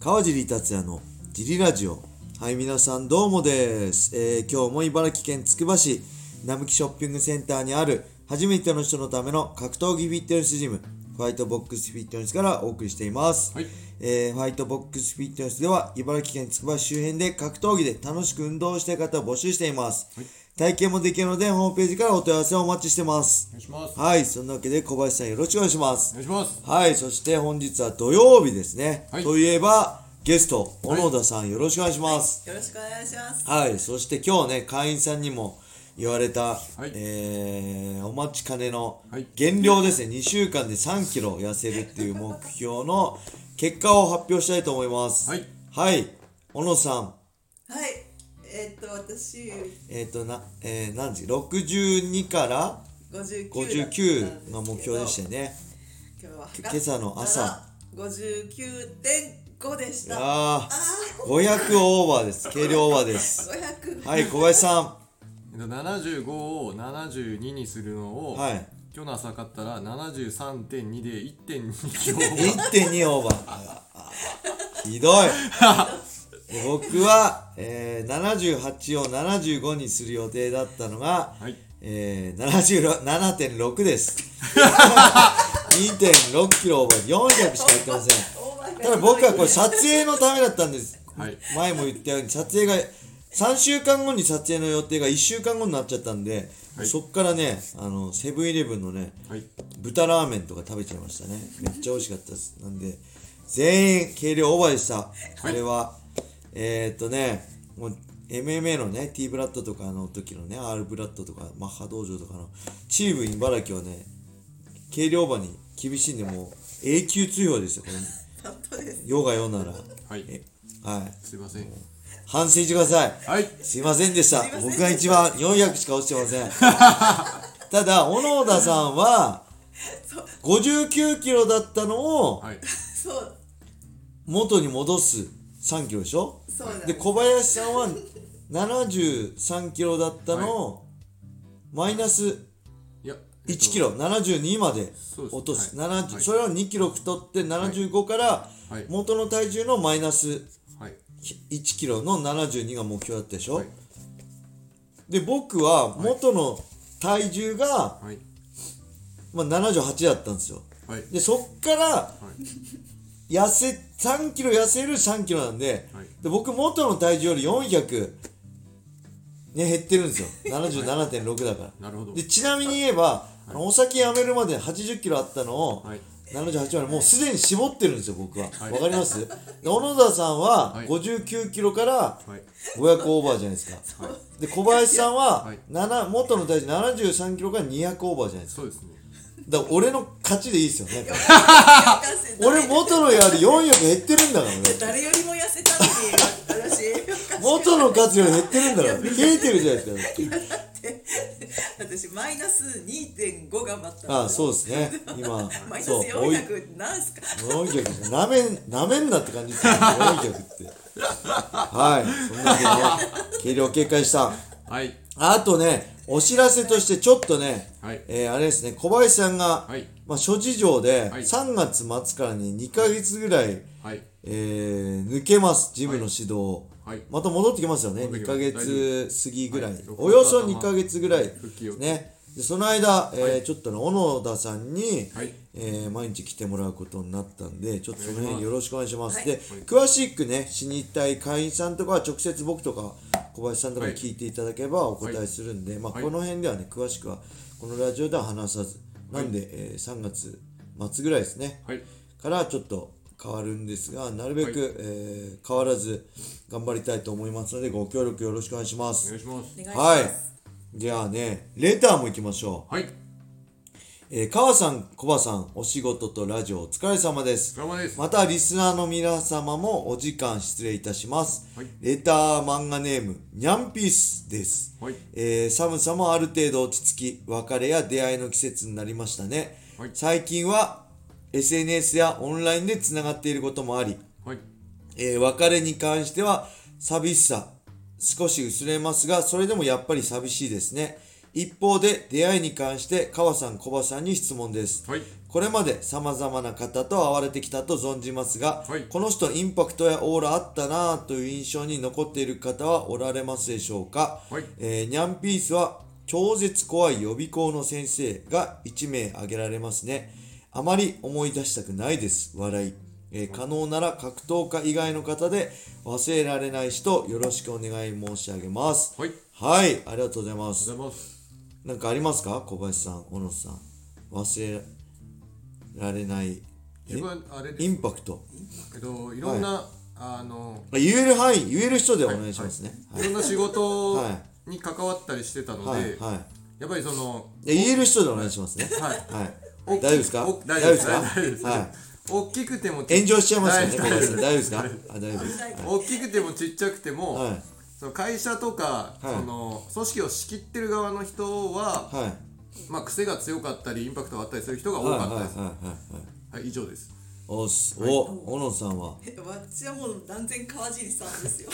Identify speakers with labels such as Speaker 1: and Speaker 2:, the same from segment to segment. Speaker 1: 川尻達也のジリラジオはい皆さんどうもです、えー今日も茨城県つくば市並木ショッピングセンターにある初めての人のための格闘技フィットネスジムファイトボックスフィットネスからお送りしています、
Speaker 2: はい
Speaker 1: えーファイトボックスフィットネスでは茨城県つくば市周辺で格闘技で楽しく運動をしたい方を募集しています、体験もできるのでホームページからお問い合わせをお待ちしてます
Speaker 2: お願いします。お
Speaker 1: はいそんなわけで小林さんよろしくお願いします
Speaker 2: 願いします。
Speaker 1: はい、そして本日は土曜日ですね。
Speaker 2: はい
Speaker 1: といえば、ゲスト、小野田さん、よろしくお願いします。
Speaker 3: よろしくお願いします。
Speaker 1: はい、そして今日ね、会員さんにも言われた、
Speaker 2: い
Speaker 1: えーお待ちかねの
Speaker 2: はい
Speaker 1: 減量ですね、2週間で3キロ痩せるっていう目標の結果を発表したいと思います。
Speaker 2: はい。
Speaker 1: はい、小野さん、
Speaker 3: はい、えーっと、私、
Speaker 1: えっ、と、な、えー、何時 ?62 から
Speaker 3: 59
Speaker 1: 59の目標でしたよね。
Speaker 3: 今日は
Speaker 1: 今朝の朝。
Speaker 3: 59.5でし
Speaker 1: い
Speaker 3: た。
Speaker 1: や
Speaker 3: あ
Speaker 1: ー、
Speaker 3: あ
Speaker 1: 500オーバーです。軽量オーバーです。
Speaker 3: ー、500。
Speaker 1: はい、小林さん。
Speaker 2: えっと75を72にするのを、
Speaker 1: はい。
Speaker 2: 今日の朝買ったら73.2で1.2キロ。
Speaker 1: 1.2オーバー。ひ どい。僕は、えー、78を75にする予定だったのが、
Speaker 2: はい。
Speaker 1: えー、76 7.6です。2.6キロオーバー、400しかいってません。
Speaker 3: オーバー
Speaker 1: ただ僕はこれ
Speaker 3: さ
Speaker 1: 撮影のためだったんです。
Speaker 2: はい。
Speaker 1: 前も言ったように撮影が3週間後に撮影の予定が1週間後になっちゃったんで、
Speaker 2: はい
Speaker 1: そっからねあのセブンイレブンのね
Speaker 2: はい。
Speaker 1: 豚ラーメンとか食べちゃいましたねめっちゃ美味しかったですなんで全員計量オーバーでしたこれは えー、っとねもう MMA のね T ブラッドとかの時のね R ブラッドとかマッハ道場とかのチーム茨城はね計量オーバーに厳しいんでもう永久通用ですよこれ
Speaker 3: 本当です。
Speaker 1: 世が世なら
Speaker 2: はい。
Speaker 1: えはい
Speaker 2: すいません。
Speaker 1: 反省してください
Speaker 2: はい。
Speaker 1: すいませんでした
Speaker 3: すいません
Speaker 1: 僕が一番400しか落ちてませんただ小野田さんは
Speaker 3: そう
Speaker 1: 59キロだったのを
Speaker 2: はい。
Speaker 3: そう、
Speaker 1: 元に戻す3キロでしょ
Speaker 3: そうなん
Speaker 1: で
Speaker 3: です。
Speaker 1: 小林さんは73キロだったのをマイナス
Speaker 2: いや。
Speaker 1: 1キロ72まで
Speaker 2: そうです
Speaker 1: 落とす、
Speaker 2: はい
Speaker 1: 70
Speaker 2: はい
Speaker 1: それを2キロ太って75から
Speaker 2: はい
Speaker 1: 元の体重のマイナス
Speaker 2: はい。
Speaker 1: 1キロの72が目標だったでしょ、
Speaker 2: はい。
Speaker 1: で僕は元の体重が、
Speaker 2: はい。
Speaker 1: まあ、78だったんですよ
Speaker 2: はい。
Speaker 1: でそっから痩せ3キロ痩せる3キロなんで,、
Speaker 2: はい
Speaker 1: で僕元の体重より400ね減ってるん ですよ77.6だから、
Speaker 2: なるほど
Speaker 1: で。ちなみに言えば、あのお酒やめるまで80キロあったのを、
Speaker 2: はい。
Speaker 1: 78までもうすでに絞ってるんですよ僕はわ、
Speaker 2: はい
Speaker 1: かりますで小野田さんは
Speaker 2: はい
Speaker 1: 59キロから
Speaker 2: はい。
Speaker 1: 500オーバーじゃないです か、で小林さんは、
Speaker 2: はい
Speaker 1: 7元の体重73キロから200オーバーじゃないですか
Speaker 2: そうですね。
Speaker 1: だから俺の勝ちでいいですよね
Speaker 3: 新幹線誰
Speaker 1: 俺元のやり400減ってるんだからね
Speaker 3: 誰よりも痩せたのに、私、
Speaker 1: 元の勝つより減ってるんだから冷えてるじゃないですか
Speaker 3: 私、マイナス2.5頑張ったの
Speaker 1: ああそうですね今
Speaker 3: マイナス
Speaker 1: そうおい
Speaker 3: 400、なんすか
Speaker 1: 400なめんなめんなって感じですよね400ってはいそんなわけでね計量警戒した
Speaker 2: はい。
Speaker 1: あとねお知らせとしてちょっとね、
Speaker 2: はい
Speaker 1: えーあれですね小林さんが、
Speaker 2: はい。
Speaker 1: まあ、諸事情で
Speaker 2: はい
Speaker 1: 3月末からね2ヶ月ぐらい、
Speaker 2: はい。
Speaker 1: えー抜けますジムの指導を、
Speaker 2: はい。
Speaker 1: また戻ってきますよね
Speaker 2: 戻って
Speaker 1: 2
Speaker 2: きま
Speaker 1: ヶ
Speaker 2: す
Speaker 1: 月過ぎぐらい、
Speaker 2: はい
Speaker 1: およそ2ヶ月ぐらい
Speaker 2: 復帰を
Speaker 1: ねでその間、えー
Speaker 2: はい
Speaker 1: ちょっとね小野田さんに、
Speaker 2: はい
Speaker 1: えー毎日来てもらうことになったんでちょっとその辺よろしくお願いします、
Speaker 3: はい
Speaker 1: で詳しくね死にたい会員さんとかは直接僕とか小林さんとかに聞いていただければお答えするんで、まあ、
Speaker 2: はい
Speaker 1: この辺ではね詳しくはこのラジオでは話さずなんで、えー3月末ぐらいですね、
Speaker 2: はい。
Speaker 1: からちょっと変わるんですがなるべく、
Speaker 2: は
Speaker 1: えー変わらず頑張りたいと思いますのでご協力よろしくお願いしま
Speaker 2: お
Speaker 1: す
Speaker 2: 願いします。
Speaker 3: お願いしま
Speaker 1: は
Speaker 3: す。
Speaker 1: いじゃあねレターも行きましょ
Speaker 2: はい。
Speaker 1: う、えー、川さんコバさんお仕事とラジオお疲れ様です
Speaker 2: ドラマです。
Speaker 1: またリスナーの皆様もお時間失礼いたします、
Speaker 2: はい
Speaker 1: レター漫画ネームニャンピースです、
Speaker 2: はい。
Speaker 1: えー寒さもある程度落ち着き別れや出会いの季節になりましたね、
Speaker 2: はい
Speaker 1: 最近は SNS やオンラインでつながっていることもあり、
Speaker 2: はい。
Speaker 1: えー別れに関しては寂しさ少し薄れますがそれでもやっぱり寂しいですね一方で出会いに関して川さん小葉さんに質問です、
Speaker 2: はい
Speaker 1: これまで様々な方と会われてきたと存じますが、
Speaker 2: はい
Speaker 1: この人インパクトやオーラあったなぁという印象に残っている方はおられますでしょうか、
Speaker 2: はい
Speaker 1: えーニャンピースは超絶怖い予備校の先生が1名挙げられますねあまり思い出したくないです笑い、えー可能なら格闘家以外の方で忘れられない人よろしくお願い申し上げます
Speaker 2: はい
Speaker 1: はいありがとうございま
Speaker 2: ご
Speaker 1: す
Speaker 2: ざいます
Speaker 1: なんかありますか小林さん、小野さん。忘れられない。え
Speaker 2: 自分あれで
Speaker 1: イ
Speaker 2: す
Speaker 1: ンパクト。
Speaker 2: けどいろんな、あの
Speaker 1: あ言える範囲、言える人でお願いしますね。はいい。
Speaker 2: ろんな仕事
Speaker 1: は
Speaker 2: に関わったりしてたので、
Speaker 1: はい。はい。
Speaker 2: やっぱりその
Speaker 1: で言える人でお願いしますね。
Speaker 2: はい
Speaker 1: はい。大
Speaker 2: 大き
Speaker 1: 丈夫ですか
Speaker 2: お
Speaker 1: 大丈夫で
Speaker 2: 大丈夫ですす
Speaker 1: か
Speaker 2: 大丈夫です
Speaker 1: は
Speaker 2: 大きくても
Speaker 1: い。炎上しちゃいましたね、小
Speaker 2: 大丈夫
Speaker 1: 林さん。大丈夫ですかあ
Speaker 2: 大丈
Speaker 1: 大
Speaker 2: 夫、
Speaker 1: 丈夫です。
Speaker 3: 大丈夫
Speaker 2: 大きくてもちっちゃくても、
Speaker 1: はい
Speaker 2: その会社とか、
Speaker 1: はい
Speaker 2: その組織を仕切ってる側の人は、
Speaker 1: はい。
Speaker 2: まあ、癖が強かったりインパクトがあったりする人が多
Speaker 1: はい。はい。
Speaker 2: かった
Speaker 1: はい。は
Speaker 2: で
Speaker 1: い
Speaker 2: す、。
Speaker 1: はい。
Speaker 2: はい以上です
Speaker 1: おっす。お、小野さんは。
Speaker 3: え私はもう断然川尻さんです よ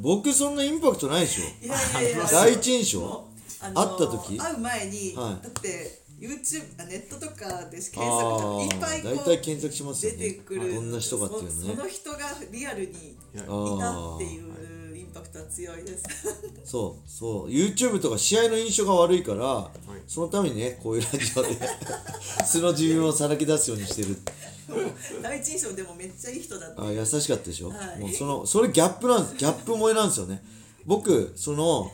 Speaker 1: 僕、そんなインパクトないでしょ。
Speaker 3: いやいやいや
Speaker 1: 第一印象
Speaker 3: もうあの
Speaker 1: 会った時
Speaker 3: 会う前に、
Speaker 1: はい
Speaker 3: だって YouTube あネットとかで検索
Speaker 1: ああ
Speaker 3: いっぱい
Speaker 1: ー、大
Speaker 3: こ
Speaker 1: 体
Speaker 3: う
Speaker 1: 検索します
Speaker 3: 出
Speaker 1: よね
Speaker 3: て。くる
Speaker 1: どんな人かっていう
Speaker 3: そ
Speaker 1: のね
Speaker 3: そ。の人がリアルに
Speaker 2: いや
Speaker 1: あー
Speaker 3: いたっていうインパクトは強いです
Speaker 1: そうそう YouTube とか試合の印象が悪いから、
Speaker 2: い
Speaker 1: そのためにねこういうラジ オで素の自分をさらけ出すようにしてる
Speaker 3: 第一印象でもめっちゃいい人だった
Speaker 1: あ優しかったでしょ、
Speaker 3: はい
Speaker 1: もうそのそれギャップなんですギャップ萌えなんですよね僕その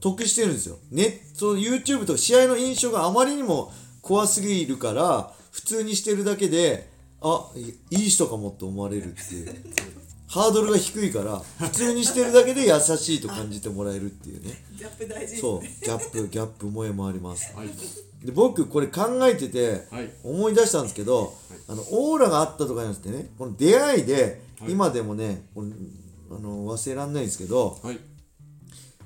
Speaker 1: 得してるんですよ、ね、その YouTube とか試合の印象があまりにも怖すぎるから普通にしてるだけであいいい人かもって思われるって いうハードルが低いから普通にしてるだけで優しいと感じてもらえるっていうね
Speaker 3: ギャップ大事
Speaker 1: そう、ギャップ、ギャップ萌えもあります。
Speaker 2: はい
Speaker 1: で、僕、これ考えてて
Speaker 2: はい、
Speaker 1: 思い出したんですけど、あの、オーラがあったとかじゃなくてね、この出会いで、
Speaker 2: はい
Speaker 1: 今でもね、このあの、忘れらんないんですけど、
Speaker 2: はい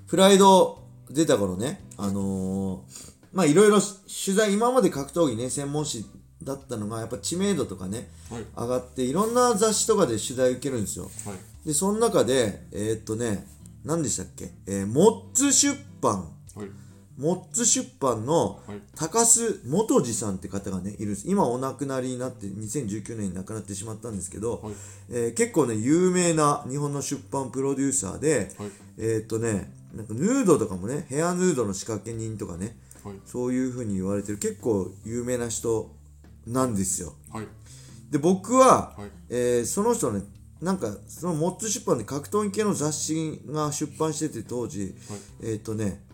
Speaker 1: プライド出た頃ね、あのーまあいろいろ取材、今まで格闘技ね、専門誌だったのが、やっぱ知名度とかね、
Speaker 2: はい
Speaker 1: 上がって、いろんな雑誌とかで取材受けるんですよ。
Speaker 2: はい
Speaker 1: で、その中で、えーっとね、何でしたっけ、えーモッツ出版。
Speaker 2: はい
Speaker 1: モッツ出版の
Speaker 2: はい
Speaker 1: 高須元次さんって方がねいるんです今お亡くなりになって2019年に亡くなってしまったんですけど、
Speaker 2: はい
Speaker 1: えー結構ね有名な日本の出版プロデューサーで、
Speaker 2: はい
Speaker 1: えーっとねなんかヌードとかもねヘアヌードの仕掛け人とかね
Speaker 2: はい
Speaker 1: そういう風に言われてる結構有名な人なんですよ
Speaker 2: はい
Speaker 1: で僕は、
Speaker 2: はい
Speaker 1: えーその人ねなんかそのモッツ出版で格闘技系の雑誌が出版してて当時、えっ、とね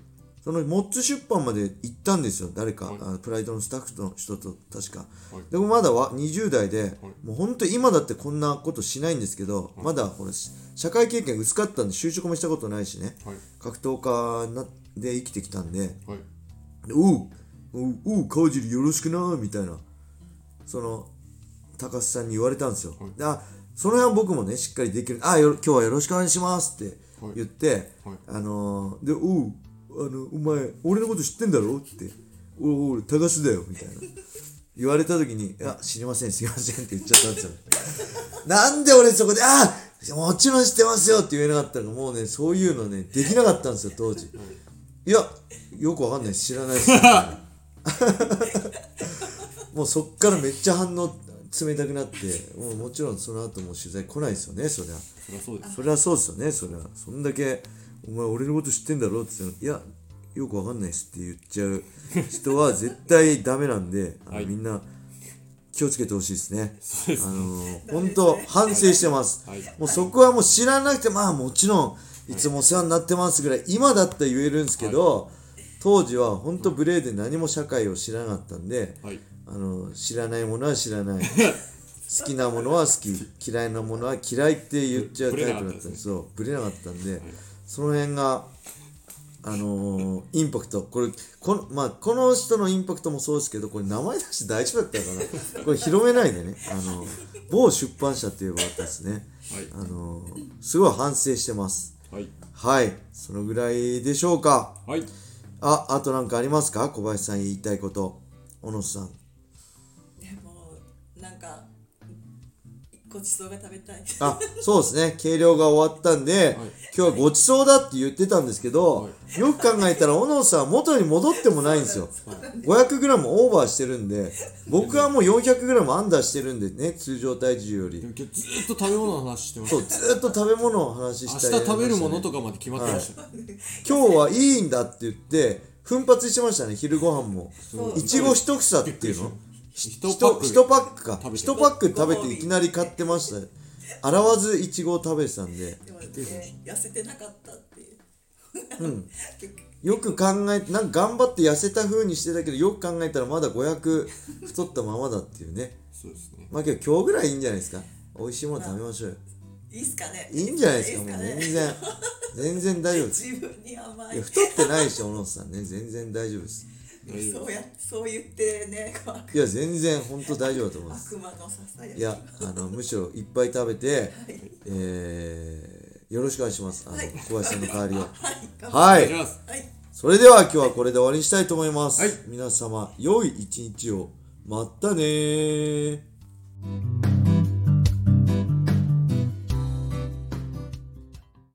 Speaker 1: そのモッツ出版まで行ったんですよ誰か、
Speaker 2: はい
Speaker 1: あのプライドのスタッフの人と確か、
Speaker 2: はい
Speaker 1: でもまだは20代で、もう本当今だってこんなことしないんですけど、まだこれ社会経験薄かったんで就職もしたことないしね、
Speaker 2: はい
Speaker 1: 格闘家なで生きてきたんで、
Speaker 2: はい
Speaker 1: でおうおうおう川尻よろしくなみたいなその高須さんに言われたんですよ、
Speaker 2: はい
Speaker 1: であその辺は僕もねしっかりできるあよ今日はよろしくお願いしますって言って、
Speaker 2: はいはい
Speaker 1: あのーでおうあのお前俺のこと知ってんだろっておう俺高須だよみたいな言われた時に「いや知りませんすいません」って言っちゃったんですよ なんで俺そこで、あもちろん知ってますよって言えなかったのが、もうね、そういうのね、できなかったんですよ、当時。いや、よくわかんないです知らないです。もうそっからめっちゃ反応冷たくなって、もうもちろんその後もう取材来ないですよね、そりゃ。
Speaker 2: そりゃそうです
Speaker 1: そりゃそうですよね、そりゃ。そんだけ、お前俺のこと知ってんだろって言ったらいや、よくわかんないですって言っちゃう人は絶対ダメなんで、あの
Speaker 2: はい
Speaker 1: みんな気をつけてほしいですね。
Speaker 2: そうです
Speaker 1: あのー本当反省してます、
Speaker 2: はい
Speaker 1: もうそこはもう知らなくてまあもちろんいつもお世話になってますぐらい今だったら言えるんですけど、当時は本当無礼で何も社会を知らなかったんで、
Speaker 2: はい
Speaker 1: あの知らないものは知らない好きなものは好き嫌いなものは嫌いって言っちゃうタイプだったん
Speaker 2: ぶれなかった
Speaker 1: で
Speaker 2: です
Speaker 1: そうぶれなかったんで、その辺があのー、インパクトこれこの,、まあ、この人のインパクトもそうですけどこれ名前出して大丈夫だったのかなこれ広めないでね、あの某出版社っていうのがあったんですね、
Speaker 2: はい
Speaker 1: あのーすごい反省してます
Speaker 2: はい
Speaker 1: はいそのぐらいでしょうか
Speaker 2: はい
Speaker 1: ああと何かありますか小林さん言いたいこと小野さん
Speaker 3: でもなんかごちそうが食べたい。
Speaker 1: あそうですね計量が終わったんで、今日はごちそうだって言ってたんですけど、
Speaker 2: は
Speaker 1: よく考えたら小野さんは元に戻ってもないんですよ 500g オーバーしてるんで僕はもう 400g アンダーしてるんでね通常体重よ
Speaker 2: で
Speaker 1: り
Speaker 2: も今日ずーっと食べ物の話してまし
Speaker 1: そう
Speaker 2: た
Speaker 1: ずーっと食べ物の話
Speaker 2: 明
Speaker 1: し
Speaker 2: 日
Speaker 1: たり
Speaker 2: 食べるものとかまで決まってましたよ
Speaker 1: 今日はいいんだって言って奮発してましたね昼ご飯も
Speaker 3: そう
Speaker 1: いちご一房っていうの
Speaker 2: 一
Speaker 1: 一
Speaker 2: パック
Speaker 1: 一パックか
Speaker 2: 食べて
Speaker 1: 一パック食べていきなり買ってましたよ洗わずいちごを食べてたんで
Speaker 3: でもね、痩せてなかったっていう。結局
Speaker 1: よく考えてなんか頑張って痩せた風にしてたけどよく考えたらまだ500太ったままだっていうね
Speaker 2: そうですね
Speaker 1: まあけど今日ぐらいいいんじゃないですか美味しいもの食べましょうよ
Speaker 3: いいっすかね。
Speaker 1: いいんじゃないですかもう
Speaker 3: ね
Speaker 1: 全然全然大丈夫 です
Speaker 3: 自分に甘
Speaker 1: い
Speaker 3: い
Speaker 1: や。太ってないし小野さんね全然大丈夫です
Speaker 3: そうや、そう言ってね、こう
Speaker 1: いや全然ほんと大丈夫だと思います
Speaker 3: 悪魔のささやき。
Speaker 1: いや、あの、むしろいっぱい食べて、えー、よろしくお願いします。あの、小林さんの代わりを。
Speaker 3: はい、頑
Speaker 1: は
Speaker 3: 張
Speaker 2: お願いし
Speaker 1: い。
Speaker 2: ます
Speaker 3: っはい。
Speaker 1: それでは今日はこれで終わりにしたいと思います。
Speaker 2: はい
Speaker 1: 皆様、良い一日を。またねー。